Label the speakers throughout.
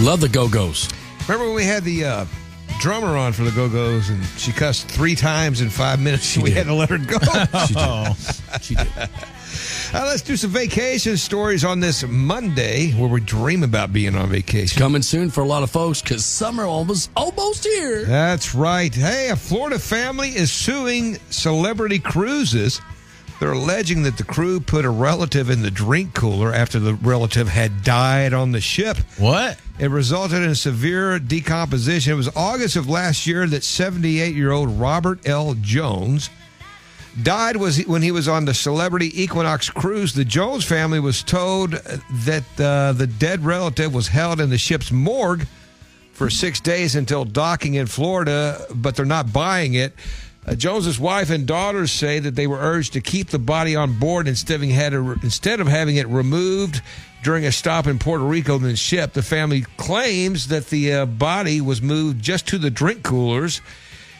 Speaker 1: Love the Go Go's.
Speaker 2: Remember when we had the uh, drummer on for the Go Go's and she cussed three times in five minutes? we
Speaker 1: did.
Speaker 2: had to let her go. Oh.
Speaker 1: She did. She did.
Speaker 2: Uh, let's do some vacation stories on this Monday where we dream about being on vacation.
Speaker 1: Coming soon for a lot of folks because summer almost almost here.
Speaker 2: That's right. Hey, a Florida family is suing Celebrity Cruises. They're alleging that the crew put a relative in the drink cooler after the relative had died on the ship.
Speaker 3: What?
Speaker 2: It resulted in severe decomposition. It was August of last year that 78 year old Robert L. Jones died was when he was on the Celebrity Equinox cruise. The Jones family was told that uh, the dead relative was held in the ship's morgue for six days until docking in Florida, but they're not buying it. Uh, Jones's wife and daughters say that they were urged to keep the body on board instead of, had it- instead of having it removed during a stop in Puerto Rico and then shipped. The family claims that the uh, body was moved just to the drink coolers,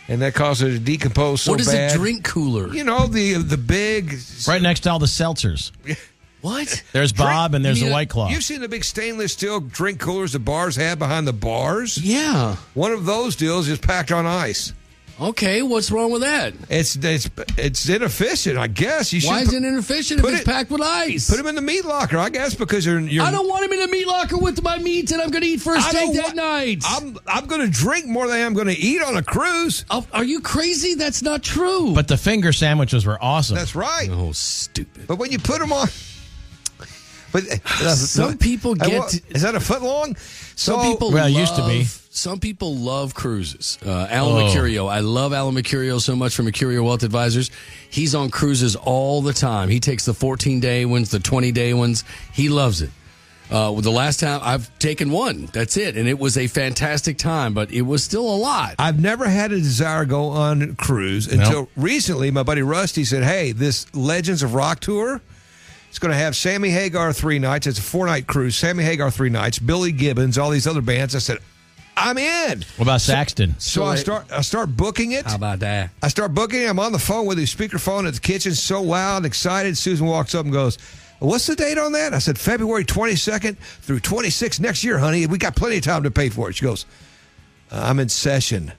Speaker 2: and that caused it to decompose so
Speaker 1: what is
Speaker 2: bad.
Speaker 1: a drink cooler?
Speaker 2: You know the the big
Speaker 3: Right next to all the seltzers.
Speaker 1: What?
Speaker 3: There's Bob and there's
Speaker 2: You
Speaker 3: the
Speaker 2: know,
Speaker 3: White Claw.
Speaker 2: You've seen the big stainless steel drink coolers the bars have behind the bars.
Speaker 1: Yeah.
Speaker 2: One of those deals is packed on ice.
Speaker 1: Okay. What's wrong with that?
Speaker 2: It's it's it's inefficient, I guess. You should
Speaker 1: Why is
Speaker 2: put,
Speaker 1: it inefficient if
Speaker 2: put
Speaker 1: it's
Speaker 2: it-
Speaker 1: packed with ice?
Speaker 2: put them in the meat locker? I guess because you're you're.
Speaker 1: I don't want him in a meat locker with my meat that I'm going to eat for a
Speaker 2: I
Speaker 1: steak
Speaker 2: don't
Speaker 1: that
Speaker 2: want-
Speaker 1: night.
Speaker 2: I'm I'm going to drink more than I'm going to eat on a cruise.
Speaker 1: Oh, are you crazy? That's not true.
Speaker 3: But the finger sandwiches were awesome.
Speaker 2: That's right.
Speaker 1: oh, stupid.
Speaker 2: But when you put them on, but uh,
Speaker 1: Some people
Speaker 2: I
Speaker 1: get-
Speaker 2: wa- Is that a foot long?
Speaker 1: Some
Speaker 2: So-
Speaker 1: people
Speaker 3: well,
Speaker 1: love,
Speaker 3: it used to be.
Speaker 1: Some people love cruises. Uh, Alan
Speaker 3: Oh.
Speaker 1: Mercurio, I love Alan Mercurio so much from Mercurio Wealth Advisors. He's on cruises all the time. He takes the 14 day ones, the 20 day ones. He loves it. Uh, the last time I've taken one, that's it, and it was a fantastic time, but it was still a lot.
Speaker 2: I've never had a desire to go on a cruise until recently. My buddy Rusty said, "Hey, this Legends of Rock tour, it's going to have Sammy Hagar three nights. It's a four night cruise. Sammy Hagar three nights. Billy Gibbons, all these other bands." I said, "I'm in."
Speaker 3: what about Saxton?
Speaker 2: So I start I start booking it.
Speaker 1: How about that?
Speaker 2: I start booking it. I'm on the phone with his speakerphone at the kitchen, so loud, excited. Susan walks up and goes, What's the date on that? I said, February 22nd through 26th next year, honey. We got plenty of time to pay for it. She goes, I'm in session.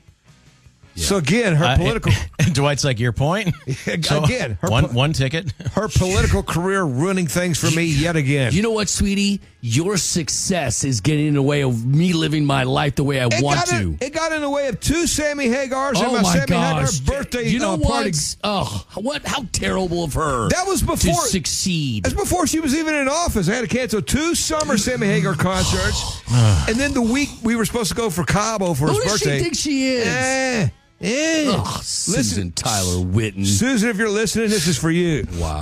Speaker 2: So again, her
Speaker 3: Uh,
Speaker 2: political
Speaker 3: and Dwight's like, your point?
Speaker 2: Again, her
Speaker 3: one,
Speaker 2: po-
Speaker 3: one ticket.
Speaker 2: her political career ruining things for me yet again.
Speaker 1: You know what, sweetie? Your success is getting in the way of me living my life the way I
Speaker 2: it
Speaker 1: want
Speaker 2: got
Speaker 1: to.
Speaker 2: in, it got in the way of two Sammy Hagars and
Speaker 1: Oh
Speaker 2: my,
Speaker 1: my
Speaker 2: Sammy Hagar
Speaker 1: gosh!
Speaker 2: birthday
Speaker 1: you know
Speaker 2: uh,
Speaker 1: what?
Speaker 2: party.
Speaker 1: Oh, what? How terrible of her!
Speaker 2: That was
Speaker 1: to
Speaker 2: before
Speaker 1: succeed.
Speaker 2: That's before she was even in office. I had to cancel two summer Sammy Hagar concerts, and then the week we were supposed to go for Cabo for
Speaker 1: Who
Speaker 2: his
Speaker 1: does she
Speaker 2: birthday.
Speaker 1: think she is?
Speaker 2: Eh, eh.
Speaker 1: Ugh, Susan Tyler Witten.
Speaker 2: Susan, if you're listening, this is for you.
Speaker 1: wow.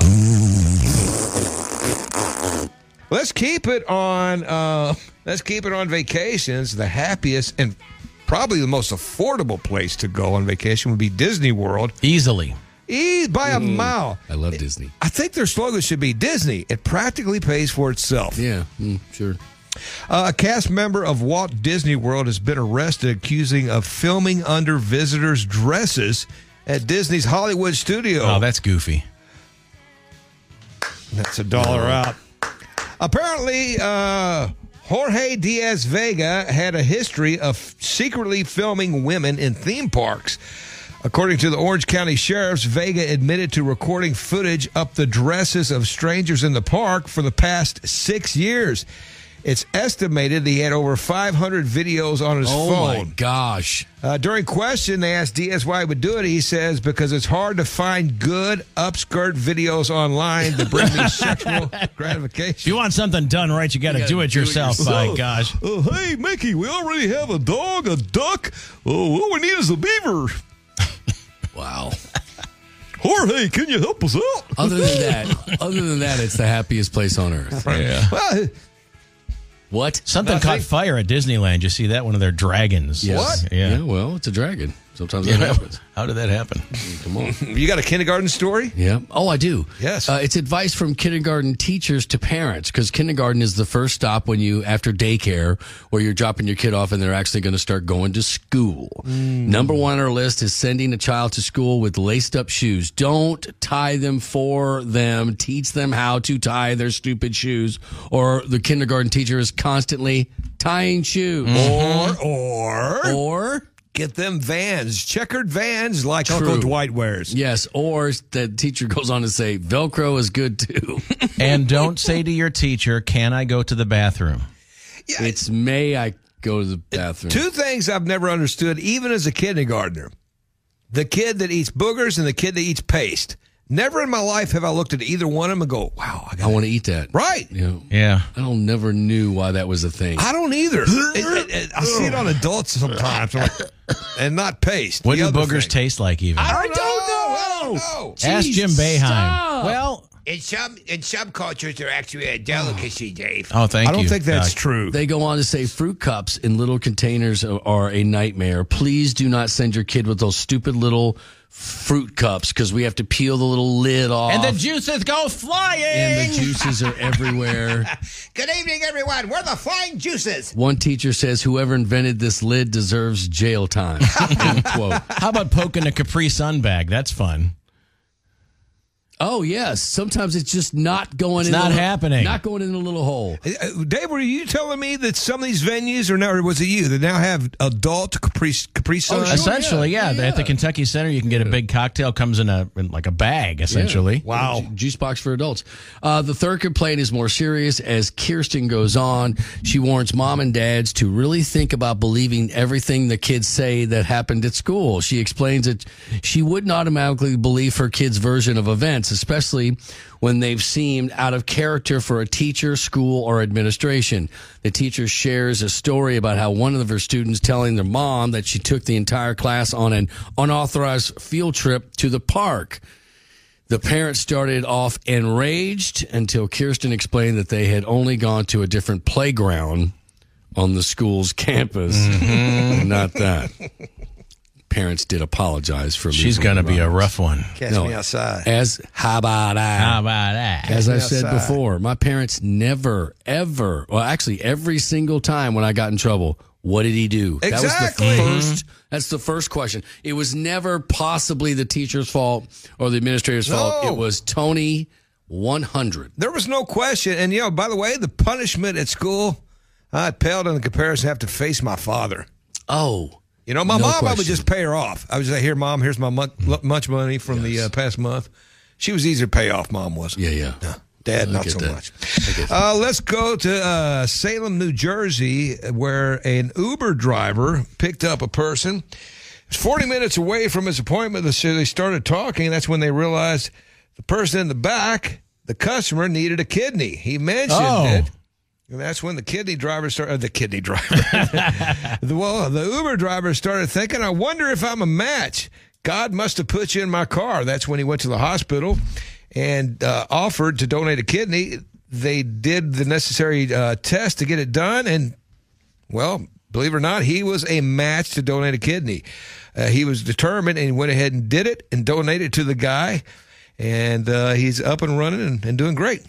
Speaker 2: Let's keep it on. Uh, let's keep it on vacations. The happiest and probably the most affordable place to go on vacation would be Disney World,
Speaker 3: Easily.
Speaker 2: e- by a
Speaker 1: Mm.
Speaker 2: mile.
Speaker 1: I love Disney.
Speaker 2: I think their slogan should be Disney. It practically pays for itself.
Speaker 1: Yeah, mm, sure.
Speaker 2: Uh, a cast member of Walt Disney World has been arrested, accusing of filming under visitors' dresses at Disney's Hollywood studio.
Speaker 3: Oh, that's goofy.
Speaker 2: That's a dollar out. Apparently, uh, Jorge Diaz Vega had a history of secretly filming women in theme parks. According to the Orange County Sheriff's, Vega admitted to recording footage up the dresses of strangers in the park for the past six years. It's estimated that he had over 500 videos on his
Speaker 1: oh
Speaker 2: phone.
Speaker 1: my gosh.
Speaker 2: Uh, during question, they asked Diaz why he would do it. He says, because it's hard to find good upskirt videos online that bring me sexual
Speaker 3: If you
Speaker 2: gratification.
Speaker 3: want something done right, you got to
Speaker 1: gotta
Speaker 3: do it
Speaker 1: do it
Speaker 3: yourself. By
Speaker 1: yourself.
Speaker 3: gosh.
Speaker 2: Oh, hey, Mickey, we already have a dog, a duck. Oh, all we need is a beaver.
Speaker 1: Wow.
Speaker 2: Jorge, can you help us out?
Speaker 1: Other than that, other than that, it's the happiest place on earth.
Speaker 3: Yeah.
Speaker 2: Well,
Speaker 1: What?
Speaker 3: Something
Speaker 2: Nothing.
Speaker 3: caught fire at Disneyland. You see that? One of their dragons.
Speaker 1: Yes.
Speaker 3: Yeah.
Speaker 1: Yeah. Well, it's a dragon. Sometimes
Speaker 3: You
Speaker 1: that
Speaker 3: know,
Speaker 1: happens.
Speaker 3: how did that happen?
Speaker 1: Come on.
Speaker 2: you got a kindergarten story?
Speaker 1: Yeah. Oh, I do.
Speaker 2: Yes.
Speaker 1: Uh, it's advice from kindergarten teachers to parents because kindergarten is the first stop when you, after daycare, where you're dropping your kid off and they're actually going to start going to school. Number one on our list is sending a child to school with laced up shoes. Don't tie them for them. Teach them how to tie their stupid shoes, or the kindergarten teacher is constantly tying shoes.
Speaker 2: Mm-hmm. Or,
Speaker 1: Or, or,
Speaker 2: get them vans, checkered vans like Uncle
Speaker 1: True.
Speaker 2: Dwight wears.
Speaker 1: yes, or the teacher goes on to say, Velcro is good too.
Speaker 3: and don't say to your teacher, "Can I go to the bathroom?"
Speaker 1: It's May. I go to the bathroom.
Speaker 2: Two things I've never understood, even as a kindergartner the kid that eats boogers and the kid that eats paste. Never in my life have I looked at either one of them and go, wow, I
Speaker 1: I
Speaker 2: got
Speaker 1: want to eat that.
Speaker 2: Right.
Speaker 1: You know,
Speaker 3: Yeah.
Speaker 1: I don't never knew why that was a thing.
Speaker 2: I don't either. It- it- it- I see it on adults sometimes I'm like, and not paste.
Speaker 3: What
Speaker 2: The
Speaker 3: do
Speaker 2: other
Speaker 3: boogers
Speaker 2: thing.
Speaker 3: taste like? Even
Speaker 2: I don't know. I don't know.
Speaker 3: ask Jim Beheim. Well,
Speaker 4: In some in some cultures, they're actually a delicacy, Dave.
Speaker 3: oh, thank you.
Speaker 2: I don't think that's
Speaker 3: Doc.
Speaker 2: true.
Speaker 1: They go on to say fruit cups in little containers are- are a nightmare. Please do not send your kid with those stupid little fruit cups because we have to peel the little lid off.
Speaker 3: And the juices go flying.
Speaker 1: and the juices are everywhere.
Speaker 4: Good evening, everyone. We're the Flying Juices.
Speaker 1: One teacher says, "Whoever invented this lid deserves jail time." End quote.
Speaker 3: How about poking a Capri Sun bag? That's fun.
Speaker 1: Oh yes, sometimes it's just not going.
Speaker 3: It's
Speaker 1: in the
Speaker 3: not
Speaker 1: little-
Speaker 3: happening.
Speaker 1: Not going in the little hole.
Speaker 2: Uh, Dave, were you telling me that some of these venues are now, or was it you, that now have adult Capri, Capri Sun?
Speaker 1: Oh, sure.
Speaker 3: Essentially, yeah,
Speaker 1: yeah,
Speaker 3: At the
Speaker 1: yeah.
Speaker 3: Kentucky Center, you can get a big cocktail. Comes in a in like a bag, essentially.
Speaker 1: Wow. Juice box for adults. Uh, the third complaint is more serious as Kirsten goes on. She warns mom and dads to really think about believing everything the kids say that happened at school. She explains that she wouldn't automatically believe her kids' version of events, especially when they've seemed out of character for a teacher, school, or administration. The teacher shares a story about how one of her students telling their mom that she took the entire class on an unauthorized field trip to the park. The parents started off enraged until Kirsten explained that they had only gone to a different playground on the school's campus.
Speaker 3: Mm-hmm.
Speaker 1: Not that. Parents did apologize for
Speaker 3: She's
Speaker 1: losing
Speaker 3: going to
Speaker 1: their
Speaker 3: be a
Speaker 1: minds.
Speaker 3: rough one.
Speaker 2: Catch
Speaker 1: Oh, No.
Speaker 2: me outside.
Speaker 1: As how about that?
Speaker 3: How about that?
Speaker 1: As I've said
Speaker 2: outside.
Speaker 1: before, my parents never, ever, well, actually, every single time when I got in trouble, what did he do?
Speaker 2: Exactly.
Speaker 1: That was the 1st That's the first question. It was never possibly the teacher's fault or the administrator's fault.
Speaker 2: No.
Speaker 1: It was Tony 100.
Speaker 2: There was no question. And, you know, by the way, the punishment at school, I paled in the comparison, have to face my father.
Speaker 1: Oh,
Speaker 2: You know, my
Speaker 1: No
Speaker 2: mom, I would
Speaker 1: question.
Speaker 2: just pay her off. I would say, here, mom, here's my mon- lo- much money from the uh, past month. She was easier to pay off, mom was.
Speaker 1: yeah, yeah.
Speaker 2: Dad,
Speaker 1: I
Speaker 2: not
Speaker 1: get
Speaker 2: so
Speaker 1: that.
Speaker 2: much. Uh, let's go to uh, Salem, New Jersey, where an Uber driver picked up a person. It's 40 minutes away from his appointment, so they started talking. That's when they realized the person in the back, the customer, needed a kidney. He mentioned
Speaker 3: Oh.
Speaker 2: it. And that's when the kidney driver started, uh, the kidney driver, the, well, the Uber driver started thinking, I wonder if I'm a match. God must have put you in my car. That's when he went to the hospital and uh, offered to donate a kidney. They did the necessary uh, test to get it done. And, well, believe it or not, he was a match to donate a kidney. Uh, he was determined and went ahead and did it and donated to the guy. And uh, he's up and running and, and doing great.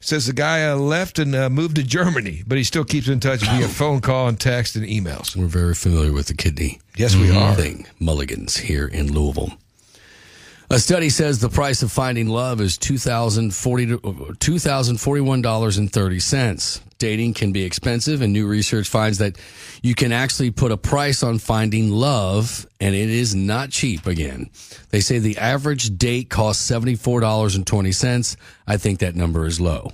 Speaker 2: Says the guy uh, left and uh, moved to Germany, but he still keeps in touch via phone call and text and emails.
Speaker 1: We're very familiar with the kidney. Mm-hmm.
Speaker 2: Yes, we are.
Speaker 1: Thing, Mulligans here in Louisville. A study says the price of finding love is $2,040 $2,041.30. Dating can be expensive, and new research finds that you can actually put a price on finding love, and it is not cheap again. They say the average date costs $74.20. I think that number is low.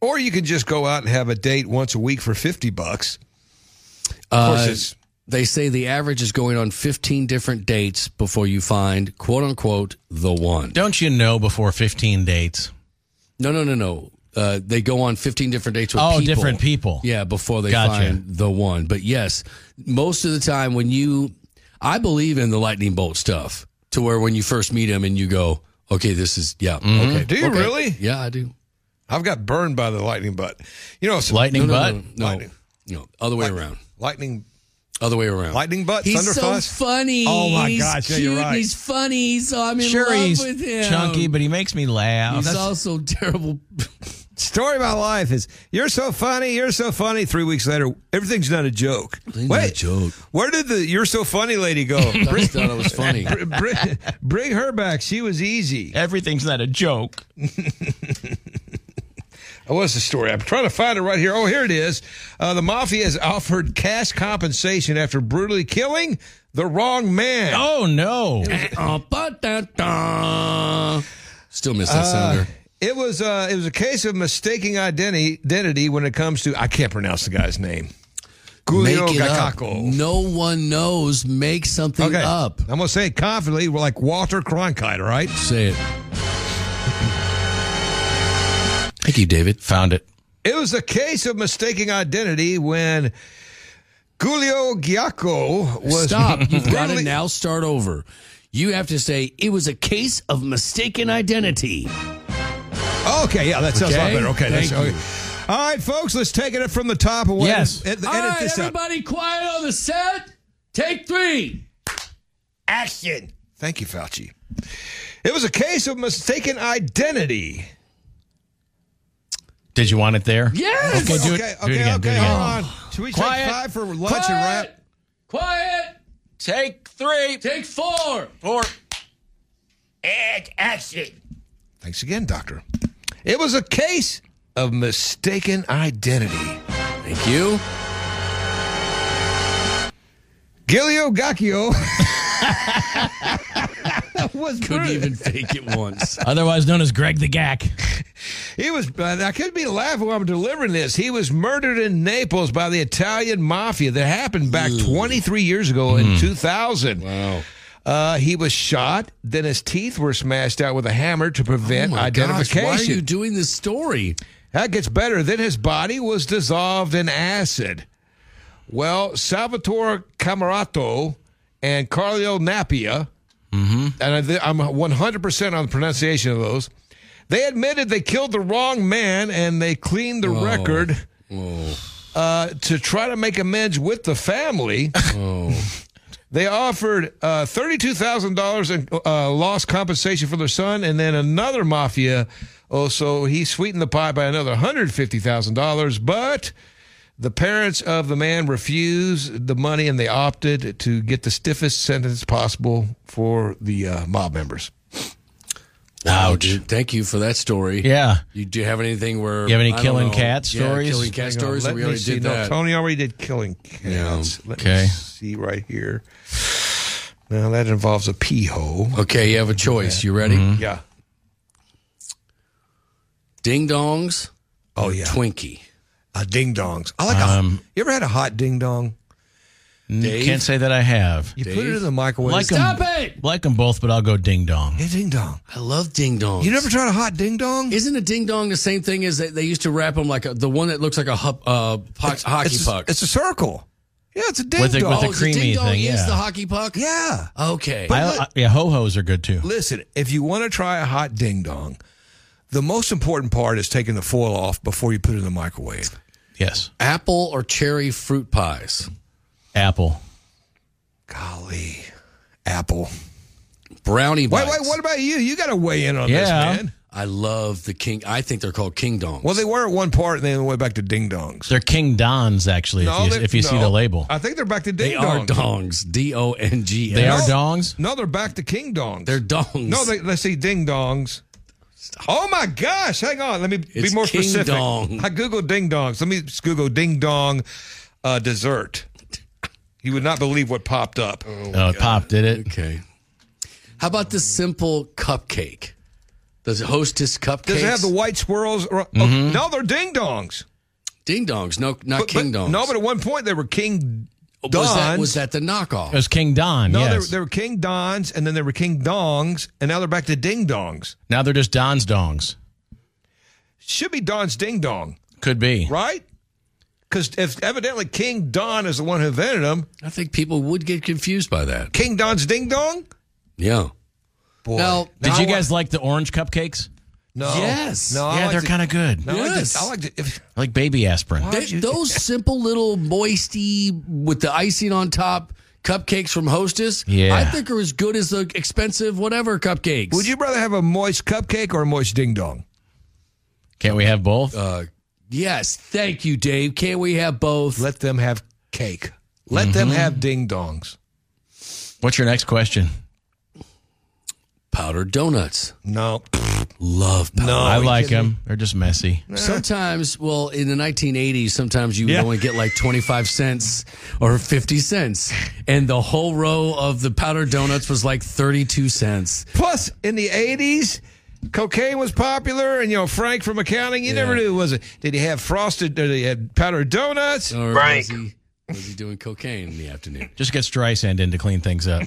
Speaker 2: Or you can just go out and have a date once a week for 50 bucks. Of course,
Speaker 1: Uh,
Speaker 2: it's
Speaker 1: they say the average is going on 15 different dates before you find quote unquote the one.
Speaker 3: Don't you know before 15 dates?
Speaker 1: No, no, no, no. Uh, they go on 15 different dates with
Speaker 3: Oh,
Speaker 1: people.
Speaker 3: different people.
Speaker 1: Yeah, before they
Speaker 3: Gotcha.
Speaker 1: find the one. But yes, most of the time when you, I believe in the lightning bolt stuff to where when you first meet them and you go, okay, this is, yeah, okay.
Speaker 2: Mm-hmm. Do you
Speaker 1: okay.
Speaker 2: really?
Speaker 1: Yeah, I do.
Speaker 2: I've got burned by the lightning butt. You know, it's
Speaker 3: Lightning butt?
Speaker 1: No, no,
Speaker 2: Lightning.
Speaker 1: no, other way around.
Speaker 2: lightning.
Speaker 1: Other way around.
Speaker 2: Lightning butt,
Speaker 1: He's
Speaker 2: thunder
Speaker 1: so
Speaker 2: fuss.
Speaker 1: funny.
Speaker 2: Oh my
Speaker 1: He's
Speaker 2: gosh, yeah,
Speaker 1: cute.
Speaker 2: you're
Speaker 1: and
Speaker 2: right.
Speaker 1: He's funny, so I'm in
Speaker 3: Sure,
Speaker 1: love
Speaker 3: he's
Speaker 1: with him.
Speaker 3: chunky, but he makes me laugh.
Speaker 1: he's
Speaker 3: That's-
Speaker 1: also terrible.
Speaker 2: Story of my life is you're so funny, you're so funny. Three weeks later, everything's not a joke.
Speaker 1: Everything's not a joke.
Speaker 2: Where did the you're so funny lady go?
Speaker 1: I just thought it was funny.
Speaker 2: bring, bring, bring her back. She was easy.
Speaker 3: Everything's not a joke.
Speaker 2: What's the story? I'm trying to find it right here. Oh, here it is. Uh, the mafia has offered cash compensation after brutally killing the wrong man.
Speaker 3: Oh, no.
Speaker 1: Still miss
Speaker 2: Uh,
Speaker 1: that sounder.
Speaker 2: It was uh, it was a case of mistaking identity identity when it comes to I can't pronounce the guy's name. Julio
Speaker 1: Make it up.
Speaker 2: Gakako.
Speaker 1: No one knows. Make something
Speaker 2: Okay,
Speaker 1: up.
Speaker 2: I'm gonna say it confidently, we're like Walter Cronkite. All right,
Speaker 1: Say it. Thank you, David.
Speaker 3: Found it.
Speaker 2: it was a case of mistaking identity when Julio Giacco was
Speaker 1: Stop. You've got to
Speaker 2: brutally-
Speaker 1: now start over. You have to say it was a case of mistaken identity.
Speaker 2: Okay, yeah, that sounds a lot
Speaker 1: Okay,
Speaker 2: better. Okay,
Speaker 1: thank
Speaker 2: that's, okay. All right, folks, let's take it from the top. Away.
Speaker 3: Yes.
Speaker 2: edit,
Speaker 1: All
Speaker 2: edit
Speaker 1: right,
Speaker 2: this out.
Speaker 1: everybody, quiet on the set. Take three.
Speaker 4: Action.
Speaker 2: Thank you, Fauci. It was a case of mistaken identity.
Speaker 3: Did you want it there?
Speaker 1: Yes.
Speaker 3: Okay,
Speaker 2: okay,
Speaker 3: do it, do
Speaker 2: okay,
Speaker 3: it again. do it
Speaker 2: okay.
Speaker 3: again.
Speaker 2: Hold on. Should we
Speaker 3: Quiet.
Speaker 2: take five for lunch
Speaker 1: Quiet.
Speaker 2: and wrap?
Speaker 1: Quiet.
Speaker 3: Take three.
Speaker 1: Take four.
Speaker 3: Four.
Speaker 4: And action.
Speaker 2: Thanks again, Doctor. It was a case of mistaken identity.
Speaker 1: Thank you.
Speaker 2: Gilio Gacchio was
Speaker 1: Couldn't
Speaker 2: brutally-
Speaker 1: even fake it once.
Speaker 3: Otherwise known as Greg the Gack.
Speaker 2: He was. uh, I could be laughing while I'm delivering this. He was murdered in Naples by the Italian mafia. That happened back 23 years ago in 2000. Wow. Uh, he was shot. Then his teeth were smashed out with a hammer to prevent
Speaker 1: Oh my
Speaker 2: identification.
Speaker 1: Gosh, why are you doing this story?
Speaker 2: That gets better. Then his body was dissolved in acid. Well, Salvatore Camarato and Carlo Napia, and I thi- I'm 100% on the pronunciation of those, they admitted they killed the wrong man and they cleaned the record uh, to try to make amends with the family. They offered uh, thirty-two thousand dollars in uh, lost compensation for their son, and then another mafia. Oh, so he sweetened the pie by another hundred fifty thousand dollars. But the parents of the man refused the money, and they opted to get the stiffest sentence possible for the uh, mob members.
Speaker 1: Ouch. Thank you for that story.
Speaker 3: Yeah.
Speaker 1: You, do you have anything where
Speaker 3: You have any
Speaker 1: I don't
Speaker 3: killing
Speaker 1: know.
Speaker 3: cat
Speaker 1: Yeah,
Speaker 3: stories?
Speaker 1: Killing cat
Speaker 2: Hang on,
Speaker 1: stories.
Speaker 2: let
Speaker 1: we
Speaker 2: me
Speaker 1: already
Speaker 2: see.
Speaker 1: did
Speaker 2: No,
Speaker 1: that.
Speaker 2: Tony already did killing cats. Let
Speaker 3: okay.
Speaker 2: me see right here. Now that involves a pee hole.
Speaker 1: Okay, you have a choice. You ready?
Speaker 2: Yeah. Mm-hmm.
Speaker 1: Ding dongs.
Speaker 2: Oh yeah.
Speaker 1: Twinkie.
Speaker 2: Uh, ding dongs. I like
Speaker 3: Um,
Speaker 2: a. You ever had a hot ding dong?
Speaker 1: Dave?
Speaker 3: Can't say that I have.
Speaker 2: You put it in the microwave.
Speaker 3: Like 'em-
Speaker 1: Stop it!
Speaker 3: Like them both, but I'll go ding dong.
Speaker 2: Hey, ding dong.
Speaker 1: I love ding dongs.
Speaker 2: You never tried a hot ding dong?
Speaker 1: Isn't a ding dong the same thing as they, they used to wrap them like a, the one that looks like a hup, uh, po- hockey
Speaker 2: it's,
Speaker 1: puck?
Speaker 2: It's a circle. Yeah, it's a ding
Speaker 3: With a-
Speaker 2: dong.
Speaker 3: with a
Speaker 1: oh, it's
Speaker 3: creamy
Speaker 1: ding dong
Speaker 3: thing,
Speaker 1: is
Speaker 3: yeah.
Speaker 1: the hockey puck.
Speaker 2: yeah.
Speaker 1: Okay.
Speaker 3: I, I, yeah, ho hos are good too.
Speaker 2: Listen, if you want to try a hot ding dong, the most important part is taking the foil off before you put it in the microwave.
Speaker 3: Yes.
Speaker 1: Apple or cherry fruit pies.
Speaker 3: Apple.
Speaker 2: Golly, apple.
Speaker 1: Brownie
Speaker 2: Wait,
Speaker 1: bites.
Speaker 2: wait. What about you? You got to weigh in on this,
Speaker 3: Yeah.
Speaker 2: man.
Speaker 1: I love the king. I think they're called king dongs.
Speaker 2: Well, they were at one part, and then they went back to ding dongs.
Speaker 3: They're King Don's, actually, if you,
Speaker 2: they-
Speaker 3: if you see
Speaker 2: no.
Speaker 3: the label.
Speaker 2: I think they're back to
Speaker 1: They
Speaker 2: ding
Speaker 1: are
Speaker 2: dongs.
Speaker 1: dongs. D O N G.
Speaker 3: They are
Speaker 2: No.
Speaker 3: dongs?
Speaker 2: No, they're back to king dongs.
Speaker 1: They're dongs.
Speaker 2: No, they, let's see, ding dongs. Oh my gosh! Hang on, let me
Speaker 1: It's
Speaker 2: be more
Speaker 1: King
Speaker 2: specific.
Speaker 1: Dong.
Speaker 2: I Google ding dongs. Let me just Google ding dong uh, dessert. You would not believe what popped up.
Speaker 1: Oh.
Speaker 3: Oh, it popped, Oh, did it?
Speaker 1: Okay. How about the simple cupcake? The hostess cupcakes.
Speaker 2: Does it have the white swirls? Or, oh, no, they're ding dongs.
Speaker 1: ding dongs? No, not Mm-hmm. king dongs. Oh,
Speaker 2: No, but at one point they were king.
Speaker 1: was that
Speaker 2: Dons.
Speaker 1: was that the knockoff?
Speaker 3: It was King Don.
Speaker 2: No, they, were,
Speaker 3: yes.
Speaker 2: they were king dons, and then they were king dongs, and now they're back to ding dongs.
Speaker 3: now they're just Don's dongs.
Speaker 2: Should be Don's ding dong,
Speaker 3: Could be.
Speaker 2: right? Because if evidently King Don is the one who invented them,
Speaker 1: I think people would get confused by that.
Speaker 2: King Don's ding dong.
Speaker 1: Yeah.
Speaker 2: Boy,
Speaker 1: Now,
Speaker 2: No,
Speaker 3: Did
Speaker 2: I
Speaker 3: you
Speaker 2: wa-
Speaker 3: guys like the orange cupcakes?
Speaker 2: No.
Speaker 1: Yes.
Speaker 2: No. I
Speaker 3: yeah,
Speaker 2: like
Speaker 3: they're
Speaker 2: the-
Speaker 3: kind of good.
Speaker 2: No, I like the-
Speaker 1: Yes.
Speaker 2: I like the- if-
Speaker 3: Like baby aspirin.
Speaker 1: They- those simple little moisty with the icing on top cupcakes from Hostess,
Speaker 3: Yeah.
Speaker 1: I think are as good as the expensive whatever cupcakes.
Speaker 2: Would you rather have a moist cupcake or a moist ding dong?
Speaker 3: Can't we have both?
Speaker 2: Uh,
Speaker 1: Uh, Yes, thank you, Dave. Can't we have both?
Speaker 2: Let them have cake. Let them have ding dongs.
Speaker 3: What's your next question?
Speaker 1: powdered donuts.
Speaker 2: No.
Speaker 1: Love powdered.
Speaker 2: No.
Speaker 3: I
Speaker 2: oh, you
Speaker 3: like
Speaker 2: kidding me?
Speaker 3: them. They're just messy.
Speaker 1: Sometimes, well, in the 1980s, sometimes you
Speaker 3: Yeah.
Speaker 1: would only get like 25 cents or 50 cents, and the whole row of the powdered donuts was like 32 cents.
Speaker 2: Plus, in the 80s, cocaine was popular, and, you know, Frank from accounting, you never knew, was it? Did he have frosted, or did he have powdered donuts?
Speaker 1: Or was he, was he doing cocaine in the afternoon?
Speaker 3: Just gets dry sand in to clean things up.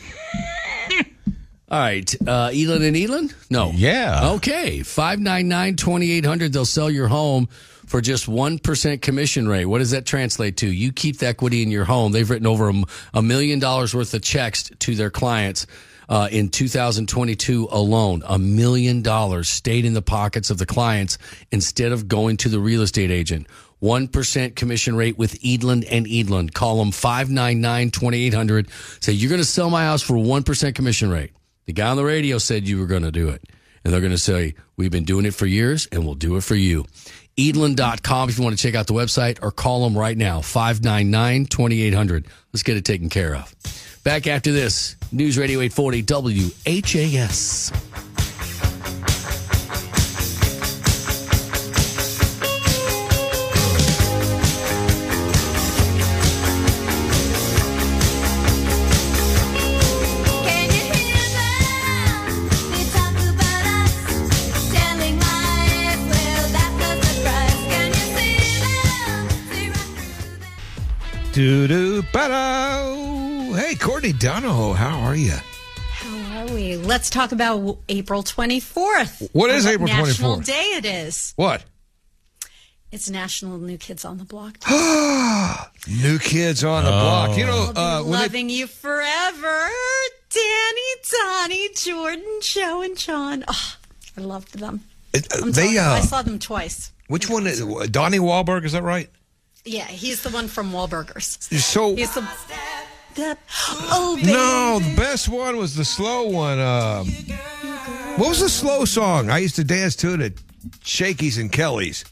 Speaker 1: All right, uh, Elon and Elon? No.
Speaker 3: Yeah.
Speaker 1: Okay, 599 2800. They'll sell your home for just 1% commission rate. What does that translate to? You keep the equity in your home. They've written over a, m- a million dollars worth of checks to their clients. Uh, in 2022 alone, a million dollars stayed in the pockets of the clients instead of going to the real estate agent. 1% commission rate with Edlund and Edlund. Call them 599 2800. Say, you're going to sell my house for 1% commission rate. The guy on the radio said you were going to do it. And they're going to say, We've been doing it for years and we'll do it for you. Edlin.com if you want to check out the website or call them right now, 599 2800. Let's get it taken care of. Back after this, News Radio 840 WHAS.
Speaker 2: Doo doo ba Hey, Courtney Donahoe, how are you?
Speaker 5: How are we? Let's talk about w- April 24th.
Speaker 2: What is
Speaker 5: And
Speaker 2: April
Speaker 5: National
Speaker 2: 24th?
Speaker 5: Day it is.
Speaker 2: What?
Speaker 5: It's National New Kids on the Block.
Speaker 2: Uh, New kids on the block. You know, uh,
Speaker 5: I'll be
Speaker 2: when they-
Speaker 5: loving you forever. Danny, Donnie, Jordan, Joe, and John. Oh, I loved them.
Speaker 2: uh,
Speaker 5: I'm telling
Speaker 2: they
Speaker 5: you, I
Speaker 2: uh,
Speaker 5: saw them twice.
Speaker 2: which one is Donnie Wahlberg? Is that right?
Speaker 5: Yeah, he's the one from Wahlburgers.
Speaker 2: So
Speaker 5: He's the. the- oh, baby.
Speaker 2: no, the best one was the slow one. Um, what was the slow song? I used to dance to it at Shakey's and Kelly's.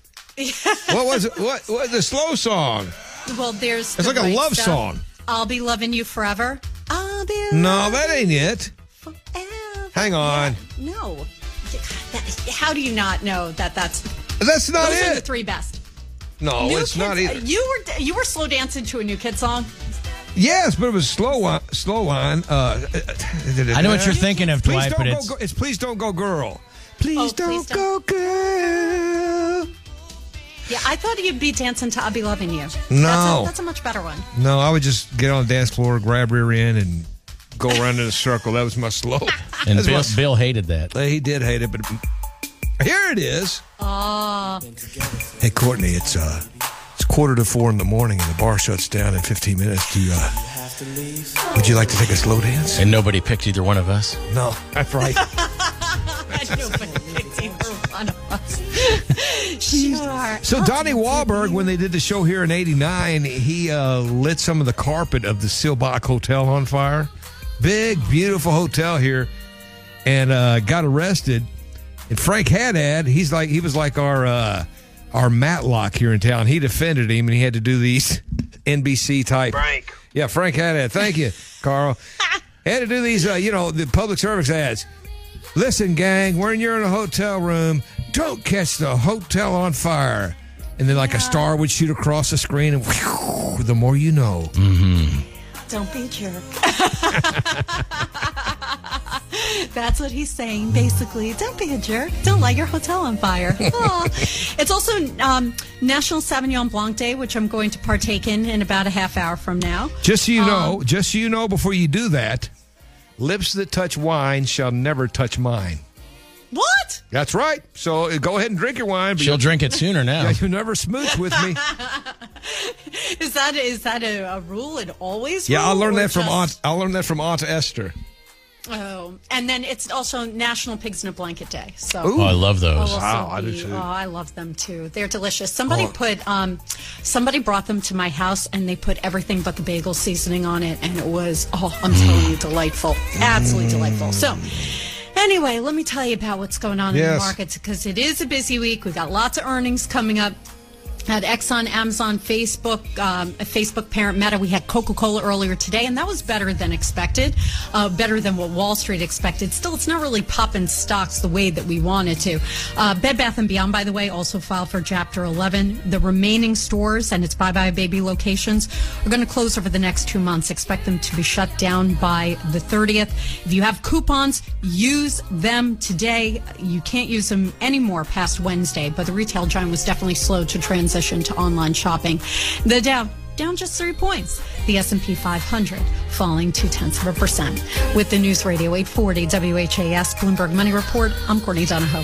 Speaker 2: what was it? What, what the slow song?
Speaker 5: Well, there's.
Speaker 2: It's
Speaker 5: the
Speaker 2: like a
Speaker 5: right
Speaker 2: love
Speaker 5: stuff.
Speaker 2: song.
Speaker 5: I'll be loving you forever. I'll be.
Speaker 2: No, that ain't it.
Speaker 5: Forever.
Speaker 2: Hang on.
Speaker 5: Yeah, no. Yeah, that- how do you not know that that's
Speaker 2: That's not
Speaker 5: those are the
Speaker 2: it.
Speaker 5: three best?
Speaker 2: No,
Speaker 5: New
Speaker 2: it's
Speaker 5: Kids-
Speaker 2: not either.
Speaker 5: You were you were slow dancing to a new kid song.
Speaker 2: Yes, but it was slow on. Slow on. Uh,
Speaker 3: I know what you're thinking of,
Speaker 2: Please
Speaker 3: Dwight,
Speaker 2: don't
Speaker 3: but
Speaker 2: go,
Speaker 3: it's-
Speaker 2: Go, it's please don't go, girl. Please,
Speaker 5: Oh,
Speaker 2: don't,
Speaker 5: please
Speaker 2: go,
Speaker 5: don't.
Speaker 2: girl.
Speaker 5: Yeah, I thought you'd be dancing to "I'll Be Loving You." that's
Speaker 2: No.
Speaker 5: a, that's a much better one.
Speaker 2: No, I would just get on the dance floor, grab rear end, and go around in a circle. That was my slow.
Speaker 3: And
Speaker 2: That's
Speaker 3: Bill,
Speaker 2: my-
Speaker 3: Bill hated that.
Speaker 2: he did hate it, but here it is.
Speaker 5: Oh,
Speaker 2: Hey, Courtney, it's uh, it's quarter to four in the morning, and the bar shuts down in 15 minutes. Do you, uh, would you like to take a slow dance?
Speaker 3: And nobody picked either one of us.
Speaker 2: No, that's right.
Speaker 5: nobody picked either one of us. sure.
Speaker 2: So Donnie Wahlberg, when they did the show here in '89, he uh, lit some of the carpet of the Silbach Hotel on fire. Big, beautiful hotel here, and uh, got arrested. And Frank Haddad, he's like he was like our uh, our Matlock here in town. He defended him, and he had to do these NBC type.
Speaker 4: Frank.
Speaker 2: Yeah, Frank Haddad. Thank you, Carl. had to do these, uh, you know, the public service ads. Listen, gang, when you're in a hotel room, don't catch the hotel on fire. And then, like a star would shoot across the screen, and whew, the more you know.
Speaker 5: Don't be a jerk. That's what he's saying, basically. Don't be a jerk. Don't light your hotel on fire. Aw. it's also um, National Sauvignon Blanc Day, which I'm going to partake in in about a half hour from now.
Speaker 2: Just so you know, just so you know, before you do that, lips that touch wine shall never touch mine.
Speaker 5: What?
Speaker 2: That's right. So uh, go ahead and drink your wine. But
Speaker 3: She'll
Speaker 2: you'll,
Speaker 3: drink it sooner now.
Speaker 2: you never smooch with me.
Speaker 5: Is that is that a, a rule and always?
Speaker 2: yeah, I
Speaker 5: rule,
Speaker 2: learned
Speaker 5: or
Speaker 2: that from
Speaker 5: just-
Speaker 2: Aunt. I learned that from Aunt Esther.
Speaker 5: Oh, and then it's also National Pigs in a Blanket Day. So.
Speaker 3: Oh, I love those.
Speaker 5: I'll
Speaker 2: Wow,
Speaker 5: also
Speaker 2: I do
Speaker 5: be-
Speaker 2: too. Oh.
Speaker 5: Oh, I love them too. They're delicious. Somebody put um, somebody brought them to my house, and they put everything but the bagel seasoning on it, and it was oh, I'm telling you, delightful, absolutely delightful. So. Anyway, let me tell you about what's going on in the
Speaker 2: Yes.
Speaker 5: markets because it is a busy week. We've got lots of earnings coming up at Exxon, Amazon, Facebook, um, Facebook parent Meta. We had Coca Cola earlier today, and that was better than expected, uh, better than what Wall Street expected. Still, it's not really popping stocks the way that we wanted to. Uh, Bed Bath and Beyond, by the way, also filed for Chapter 11. The remaining stores and its Bye Bye Baby locations are going to close over the next two months. Expect them to be shut down by the 30th. If you have coupons, use them today. You can't use them anymore past Wednesday, but the retail giant was definitely slow to transition to online shopping. The Dow down just three points. The S&P 500 falling two tenths of a percent. With the News Radio 840 WHAS Bloomberg Money Report, I'm Courtney Donahoe.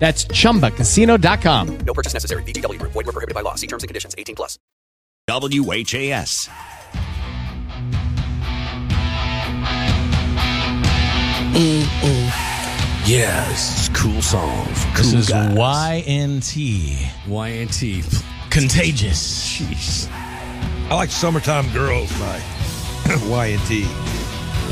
Speaker 6: That's chumbacasino.com.
Speaker 7: WHAS.
Speaker 1: Yes, cool song.
Speaker 3: This is YNT.
Speaker 1: YNT.
Speaker 3: Contagious.
Speaker 2: I like summertime girls by Y and T.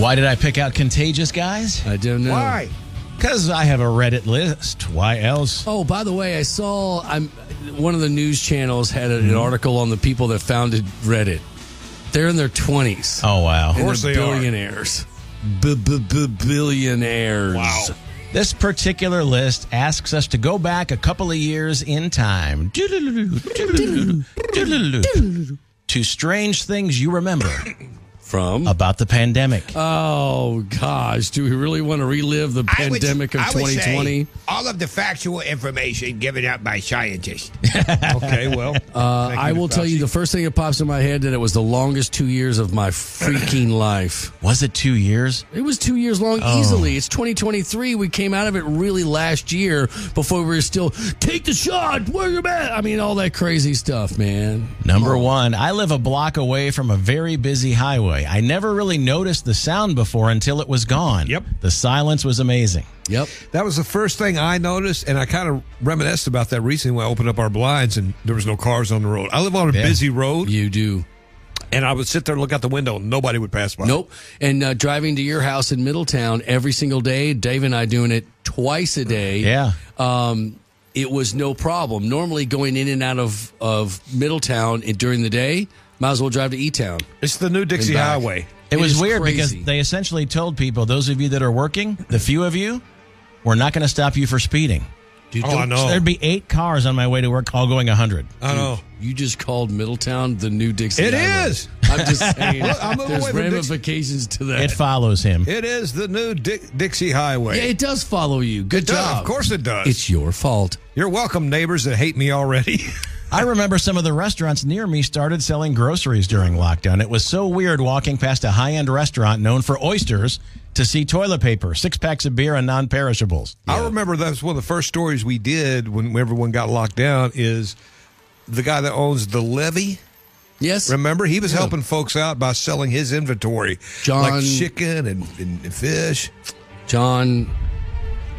Speaker 3: Why did I pick out Contagious, guys?
Speaker 1: I don't know.
Speaker 2: Why?
Speaker 3: Because I have a Reddit list. Why else?
Speaker 1: Oh, by the way, I saw I'm one of the news channels had an article on the people that founded Reddit. They're in their twenties.
Speaker 3: Oh, wow.
Speaker 2: course
Speaker 1: they're
Speaker 2: they are.
Speaker 1: billionaires. Billionaires. Wow.
Speaker 3: This particular list asks us to go back a couple of years in time. Doodaloo, doodaloo, doodaloo. To strange things you remember
Speaker 1: From
Speaker 3: about the pandemic.
Speaker 1: oh gosh, do we really want to relive the
Speaker 4: I would-
Speaker 1: pandemic
Speaker 4: I
Speaker 1: of
Speaker 4: would say
Speaker 1: 2020?
Speaker 4: all of the factual information given out by scientists.
Speaker 2: Okay, well,
Speaker 1: Uh, I will tell you the first thing that pops in my head that it was the longest two years of my freaking life.
Speaker 3: Was it two years?
Speaker 1: It was two years long
Speaker 4: Oh.
Speaker 1: easily. It's 2023. We came out of it really last year before we were still take the shot, wear your mask. I mean, all that crazy stuff, man.
Speaker 3: Number one, I live a block away from a very busy highway. I never really noticed the sound before until it was gone.
Speaker 2: Yep.
Speaker 3: The silence was amazing.
Speaker 1: Yep.
Speaker 2: that was the first thing I noticed, and I kind of reminisced about that recently when I opened up our blinds and there was no cars on the road. I live on a busy road,
Speaker 1: You do.
Speaker 2: and I would sit there and look out the window, and nobody would pass by.
Speaker 1: Nope. And uh, driving to your house in Middletown every single day, Dave and I doing it twice a day.
Speaker 3: Yeah.
Speaker 1: Um, it was no problem. Normally going in and out of, of Middletown during the day, might as well drive to E Town.
Speaker 2: It's the new Dixie
Speaker 1: And back.
Speaker 2: Highway.
Speaker 3: It,
Speaker 1: It
Speaker 3: was
Speaker 1: is
Speaker 3: weird
Speaker 1: crazy.
Speaker 3: because they essentially told people, those of you that are working, the few of you, we're not going to stop you for speeding.
Speaker 2: Oh, I know.
Speaker 3: So there'd be eight cars on my way to work, all going 100.
Speaker 2: I know.
Speaker 1: You just called Middletown the new Dixie.
Speaker 2: It
Speaker 1: It
Speaker 2: is.
Speaker 1: I'm just saying.
Speaker 2: Look, I'm moving
Speaker 1: there's
Speaker 2: away from Dixie.
Speaker 1: ramifications to that.
Speaker 3: It follows him.
Speaker 2: It is the new Dick- Dixie Highway.
Speaker 1: Yeah, it does follow you. Good
Speaker 2: It does.
Speaker 1: job.
Speaker 2: Of course it does.
Speaker 1: It's your fault.
Speaker 2: You're welcome, neighbors that hate me already.
Speaker 3: I remember some of the restaurants near me started selling groceries during lockdown. It was so weird walking past a high end restaurant known for oysters to see toilet paper, six packs of beer, and non perishables.
Speaker 2: I remember that's one of the first stories we did when everyone got locked down is the guy that owns the levy.
Speaker 1: Yes.
Speaker 2: Remember, he was helping folks out by selling his inventory,
Speaker 1: John-
Speaker 2: like chicken and, and, and fish.
Speaker 1: John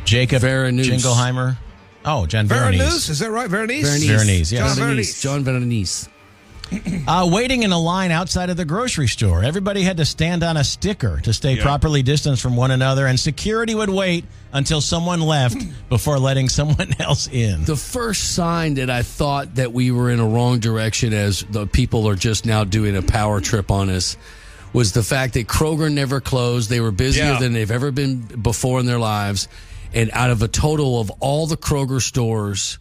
Speaker 3: Jacob
Speaker 1: Veronese.
Speaker 3: Jingleheimer. Oh, John Veronese.
Speaker 2: Veronese, is that right? Veronese.
Speaker 1: Veronese.
Speaker 3: Veronese, yes.
Speaker 2: John
Speaker 1: Veronese.
Speaker 2: Veronese.
Speaker 1: John Veronese.
Speaker 3: uh, waiting in a line outside of the grocery store. Everybody had to stand on a sticker to stay properly distanced from one another, and security would wait until someone left before letting someone else in.
Speaker 1: The first sign that I thought that we were in a wrong direction as the people are just now doing a power trip on us was the fact that Kroger never closed. They were busier
Speaker 7: Yeah.
Speaker 1: than they've ever been before in their lives. And out of a total of all the Kroger stores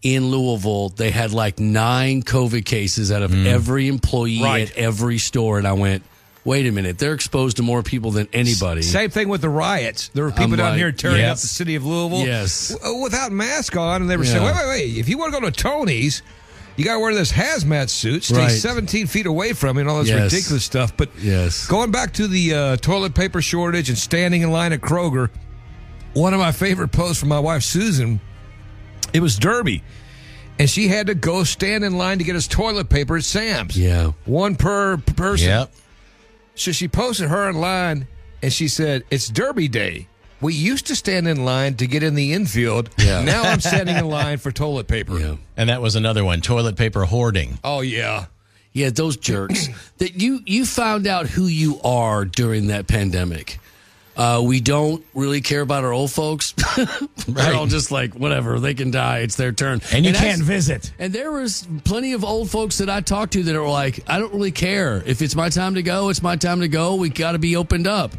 Speaker 1: in Louisville, they had like nine COVID cases out of every employee
Speaker 2: Right.
Speaker 1: at every store. And I went, wait a minute, they're exposed to more people than anybody.
Speaker 2: Same thing with the riots. There were people
Speaker 1: I'm
Speaker 2: down
Speaker 1: like,
Speaker 2: here tearing up
Speaker 1: yes.
Speaker 2: the city of Louisville.
Speaker 1: Yes.
Speaker 2: w- uh, without mask on, and they were
Speaker 1: Yeah.
Speaker 2: saying, "Wait, wait, wait! If you want to go to Tony's, you got to wear this hazmat suit. Stay
Speaker 1: Right.
Speaker 2: 17 feet away from me, and all this
Speaker 1: Yes.
Speaker 2: ridiculous stuff." But
Speaker 1: Yes.
Speaker 2: going back to the uh, toilet paper shortage and standing in line at Kroger, one of my favorite posts from my wife Susan, it was Derby. And she had to go stand in line to get us toilet paper at Sam's.
Speaker 1: Yeah.
Speaker 2: One per per person.
Speaker 3: Yep.
Speaker 2: So she posted her in line and she said, It's Derby Day. We used to stand in line to get in the infield.
Speaker 1: Yeah.
Speaker 2: Now I'm standing in line for toilet paper.
Speaker 1: Yeah.
Speaker 3: And that was another one toilet paper hoarding.
Speaker 2: Oh, yeah.
Speaker 1: Yeah, those jerks. that you you found out who you are during that pandemic. Uh, we don't really care about our old folks. We're all just like whatever they can die. It's their turn,
Speaker 3: And you
Speaker 1: I-
Speaker 3: can't visit.
Speaker 1: And there was plenty of old folks that I talked to that are like, I don't really care if it's my time to go. It's my time to go. We got to be opened up.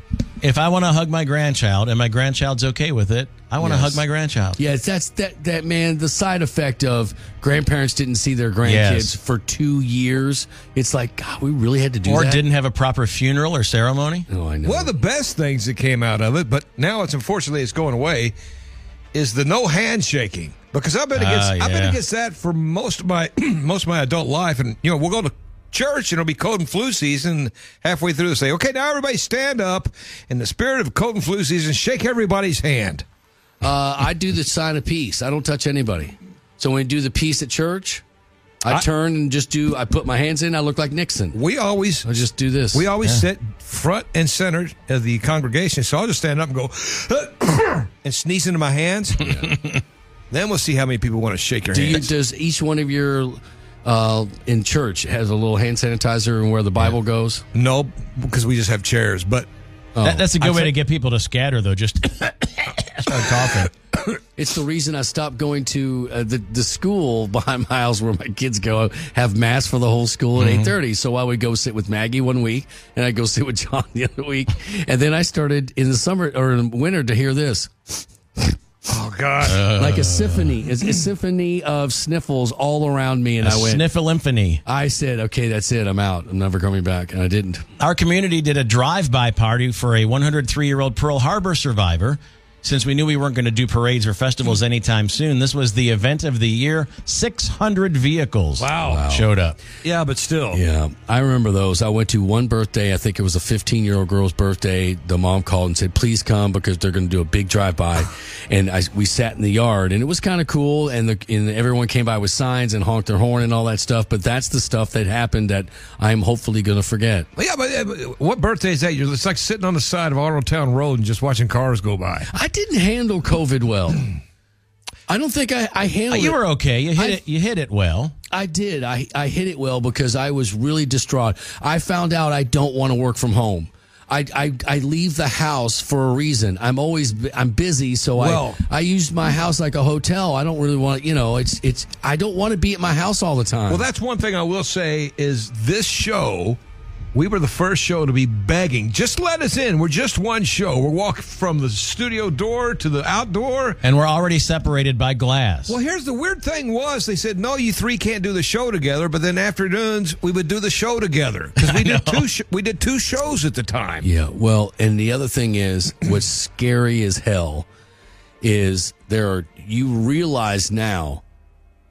Speaker 3: If I want to hug my grandchild and my grandchild's okay with it, I want to
Speaker 1: Yes.
Speaker 3: hug my grandchild.
Speaker 1: Yeah, it's- that's that that man. The side effect of grandparents didn't see their grandkids
Speaker 3: Yes.
Speaker 1: for two years. It's like God, we really had to do
Speaker 3: Or
Speaker 1: that.
Speaker 3: didn't have a proper funeral or ceremony.
Speaker 1: Oh, I know.
Speaker 2: One of the best things that came out of it, but now it's unfortunately it's going away, is the no handshaking. Because I've been against
Speaker 3: Ah,
Speaker 2: I've been
Speaker 3: yeah.
Speaker 2: against that for most of my most of my adult life. And you know, we'll go to church and it'll be cold and flu season halfway through they say, Okay, now everybody stand up in the spirit of cold and flu season, shake everybody's hand.
Speaker 1: Uh, I do the sign of peace. I don't touch anybody. So when I do the peace at church, I, turn and just do. I put my hands in. I look like Nixon.
Speaker 2: We always
Speaker 1: I just do this.
Speaker 2: We always sit front and center of the congregation, so I'll just stand up and go and sneeze into my hands. then we'll see how many people want to shake your
Speaker 1: do you,
Speaker 2: hands.
Speaker 1: does each one of your uh, in church has a little hand sanitizer and where the Bible goes?
Speaker 2: no, because we just have chairs. But
Speaker 1: Oh.
Speaker 3: That, that's a good way to get people to scatter, though. Just start coughing.
Speaker 1: It's the reason I stopped going to uh, the the school behind my house where my kids go have mass for the whole school at eight thirty. So I would go sit with Maggie one week, and I would go sit with John the other week, and then I started in the summer or in winter to hear this.
Speaker 2: oh god,
Speaker 1: like a symphony, it's a symphony of sniffles all around me, and I went.
Speaker 3: Sniffleumpany.
Speaker 1: I said, "Okay, that's it. I'm out. I'm never coming back." And I didn't.
Speaker 3: Our community did a drive-by party for a 103-year-old Pearl Harbor survivor. Since we knew we weren't going to do parades or festivals anytime soon, this was the event of the year. 600 vehicles wow. showed up.
Speaker 2: yeah, but still,
Speaker 1: Yeah, Um, I remember those. I went to one birthday. I think it was a 15 year old girl's birthday. The mom called and said, "Please come because they're going to do a big drive by." and I, we sat in the yard, and it was kind of cool. And the and everyone came by with signs and honked their horn and all that stuff. But that's the stuff that happened that I'm hopefully going to forget.
Speaker 2: Well, yeah, but, yeah, but what birthday is that? You're it's like sitting on the side of Arnold Town Road and just watching cars go by.
Speaker 1: I didn't handle COVID well. I don't think I, I handled.
Speaker 3: you
Speaker 1: it.
Speaker 3: were okay. You hit
Speaker 1: I-
Speaker 3: it. You hit it well.
Speaker 1: I did. I, I hit it well because I was really distraught. I found out I don't want to work from home. I, I, I leave the house for a reason. I'm always bu- I'm busy, so
Speaker 2: Well-
Speaker 1: I I use my house like a hotel. I don't really want you know it's it's I don't want to be at my house all the time.
Speaker 2: Well, that's one thing I will say is this show. We were the first show to be begging, just let us in. We're just one show. We're walking from the studio door to the outdoor.
Speaker 3: And we're already separated by glass.
Speaker 2: Well, here's the weird thing was they said, no, you three can't do the show together. But then afternoons we would do the show together because we did two sh- we did two shows at the time.
Speaker 1: yeah. Well, and the other thing is what's scary as hell is there are you realize now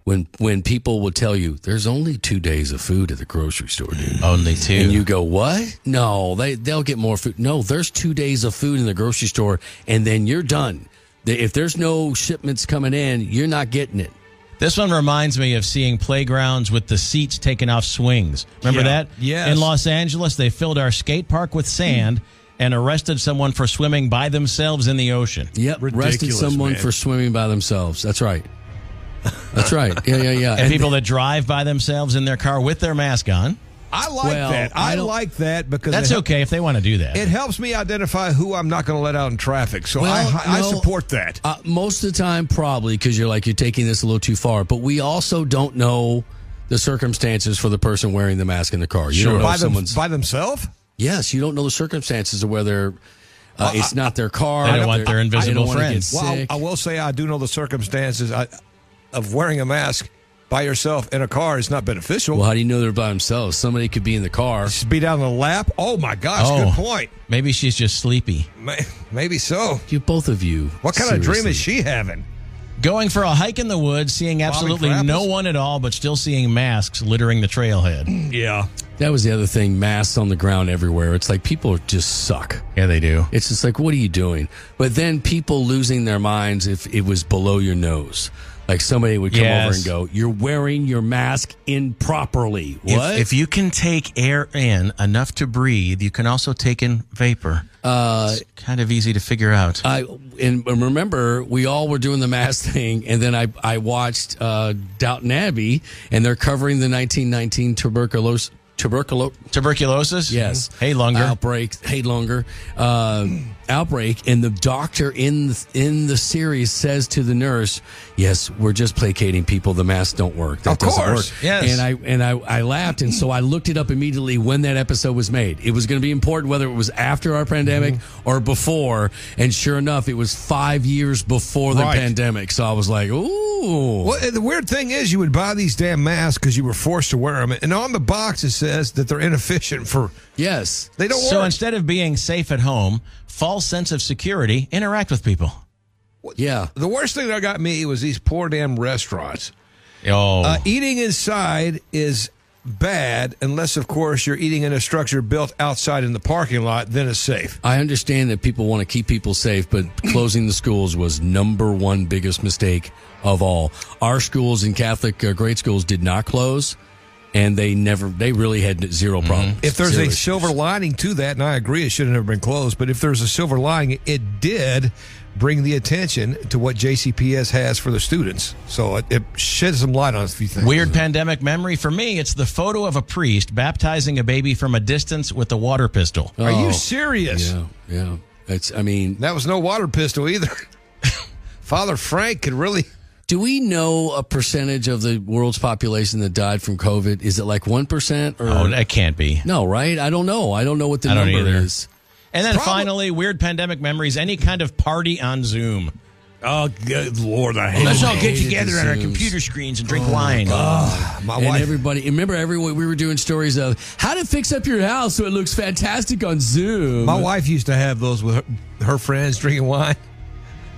Speaker 1: when when people will tell you there's only two days of food at the grocery store, dude.
Speaker 3: Only two.
Speaker 1: And you go, what? No, they they'll get more food. No, there's two days of food in the grocery store, and then you're done. The- If there's no shipments coming in, you're not getting it.
Speaker 3: This one reminds me of seeing playgrounds with the seats taken off swings. Remember
Speaker 2: Yeah.
Speaker 3: that?
Speaker 2: Yes.
Speaker 3: In Los Angeles, they filled our skate park with sand and arrested someone for swimming by themselves in the ocean.
Speaker 1: Yep, arrested
Speaker 2: Ridiculous,
Speaker 1: someone
Speaker 2: man.
Speaker 1: for swimming by themselves. That's right. That's right. Yeah, yeah, yeah.
Speaker 3: And, people that drive by themselves in their car with their mask on.
Speaker 2: I like
Speaker 1: Well,
Speaker 2: that. I,
Speaker 1: I don't-
Speaker 2: like that because
Speaker 3: That's
Speaker 2: it hel-
Speaker 3: okay if they want to do that.
Speaker 2: It helps me identify who I'm not going to let out in traffic. So I, I
Speaker 1: no,
Speaker 2: support that.
Speaker 1: Uh, most of the time, probably because you're like you're taking this a little too far. But we also don't know the circumstances for the person wearing the mask in the car. You don't know
Speaker 2: by,
Speaker 1: if
Speaker 2: them-
Speaker 1: someone's.
Speaker 2: by themselves?
Speaker 1: yes, you don't know the circumstances of whether uh, it's not their car.
Speaker 3: They don't
Speaker 1: if
Speaker 3: want
Speaker 1: they're-
Speaker 3: their
Speaker 1: they
Speaker 3: invisible
Speaker 1: don't wanna get
Speaker 3: friends.
Speaker 2: Well, I,
Speaker 1: sick.
Speaker 2: I will say I do know the circumstances I, of wearing a mask by yourself in a car is not beneficial.
Speaker 1: Well, how do you know they're by themselves? Somebody could be in the car.
Speaker 2: Be down the lap. Oh my gosh, good point.
Speaker 3: Maybe she's just sleepy.
Speaker 2: May, maybe so.
Speaker 1: You both of you.
Speaker 2: What kind of dream
Speaker 1: Seriously.
Speaker 2: is she having?
Speaker 3: Going for a hike in the woods, seeing absolutely
Speaker 2: for apples?
Speaker 3: no one at all, but still seeing masks littering the trailhead.
Speaker 2: Yeah.
Speaker 1: That was the other thing. Masks on the ground everywhere. It's like people just suck.
Speaker 3: Yeah, they do.
Speaker 1: It's just like, what are you doing? But then people losing their minds if it was below your nose. Like somebody would come over
Speaker 3: Yes.
Speaker 1: and go, "You're wearing your mask improperly."
Speaker 3: If-
Speaker 1: What?
Speaker 3: If, you can take air in enough to breathe, you can also take in vapor. Uh, it's kind of easy to figure out.
Speaker 1: I and and remember we all were doing the mask thing, and then I I watched uh, Downton Abbey, and they're covering the 1919 tuberculosis tuberculosis
Speaker 3: Tuberculosis?
Speaker 1: Yes.
Speaker 3: Hey, longer.
Speaker 1: outbreak. Hey, longer uh, outbreak, and the doctor in the, in the series says to the nurse, "Yes, we're just placating people. The masks don't work. That
Speaker 2: Of
Speaker 1: doesn't
Speaker 2: course,
Speaker 1: work."
Speaker 3: yes.
Speaker 1: And I and I, I laughed, and so I looked it up immediately when that episode was made. It was going to be important whether it was after our pandemic
Speaker 2: Mm-hmm.
Speaker 1: or before, and sure enough, it was five years before the
Speaker 2: Right.
Speaker 1: pandemic. So I was like, "Ooh,
Speaker 2: Well, and the weird thing is, you would buy these damn masks because you were forced to wear them, and on the box it says that they're inefficient for
Speaker 1: yes."
Speaker 2: they don't
Speaker 3: So
Speaker 2: work.
Speaker 3: instead of being safe at home, false sense of security, interact with people.
Speaker 1: Yeah.
Speaker 2: the worst thing that got me was these poor damn restaurants.
Speaker 3: Oh.
Speaker 2: Uh, eating inside is bad unless, of course, you're eating in a structure built outside in the parking lot. Then it's safe.
Speaker 1: I understand that people want to keep people safe, but closing the schools was number one biggest mistake of all. Our schools in Catholic uh, grade schools did not close, and they never they really had zero
Speaker 3: Mm-hmm.
Speaker 1: problems.
Speaker 2: If there's
Speaker 1: Zero
Speaker 2: a
Speaker 1: issues.
Speaker 2: silver lining to that, and I agree, it should have never been closed. But if there's a silver lining, it did bring the attention to what JCPS has for the students. So it, it sheds some light on a few things.
Speaker 3: Weird pandemic memory for me, it's the photo of a priest baptizing a baby from a distance with a water pistol.
Speaker 2: Are
Speaker 1: Oh.
Speaker 2: you serious?
Speaker 1: yeah, yeah. It's I mean,
Speaker 2: That was no water pistol either. Father Frank could really.
Speaker 1: do we know a percentage of the world's population that died from COVID? Is it like one percent or
Speaker 3: Oh, that can't be.
Speaker 1: no? Right? I don't know. I don't know what the
Speaker 3: I don't
Speaker 1: number
Speaker 3: either.
Speaker 1: is.
Speaker 3: And then
Speaker 2: Probab-
Speaker 3: finally, weird pandemic memories, any kind of party on Zoom.
Speaker 2: Oh, good Lord, I hate
Speaker 3: Let's
Speaker 1: Oh,
Speaker 3: all
Speaker 1: I
Speaker 3: get
Speaker 1: hated
Speaker 3: together
Speaker 1: the
Speaker 3: on our
Speaker 1: Zooms.
Speaker 3: computer screens and drink wine.
Speaker 2: my
Speaker 1: and
Speaker 2: wife.
Speaker 1: everybody remember everyone we were doing stories of how to fix up your house so it looks fantastic on Zoom.
Speaker 2: My wife used to have those with her, her friends drinking wine.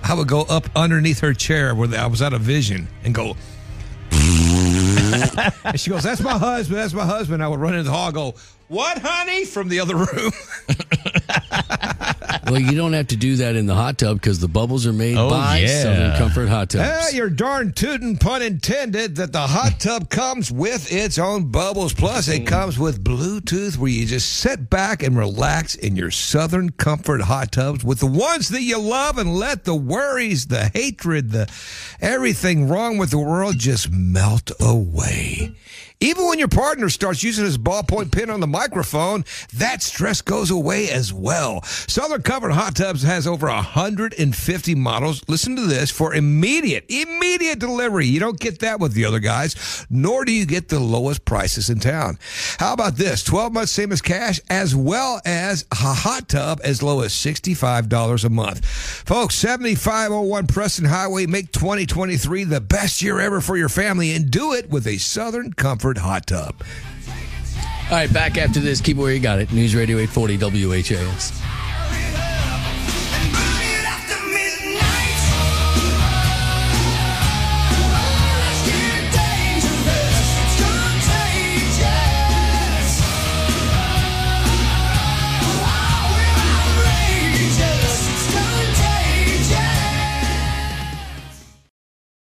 Speaker 2: I would go up underneath her chair where I was out of vision and go. and she goes, "That's my husband. That's my husband." I would run into the hall, and go, "What, honey?" from the other room.
Speaker 1: Well, you don't have to do that in the hot tub because the bubbles are made
Speaker 3: Oh,
Speaker 1: by
Speaker 3: yeah.
Speaker 1: Southern Comfort Hot
Speaker 2: Ah,
Speaker 1: Tubs.
Speaker 2: you're darn tootin', pun intended, that the hot tub comes with its own bubbles. Plus, it comes with Bluetooth where you just sit back and relax in your Southern Comfort hot tubs with the ones that you love and let the worries, the hatred, the everything wrong with the world just melt away. Even when your partner starts using his ballpoint pen on the microphone, that stress goes away as well. Southern Comfort Hot Tubs has over 150 models. Listen to this for immediate, immediate delivery. You don't get that with the other guys, nor do you get the lowest prices in town. How about this? 12 months same as cash, as well as a hot tub as low as $65 a month. Folks, 7501 Preston Highway, make 2023 the best year ever for your family and do it with a Southern Comfort hot tub.
Speaker 1: All right, back after this. Keep it where you got it. News Radio 840 WHAS.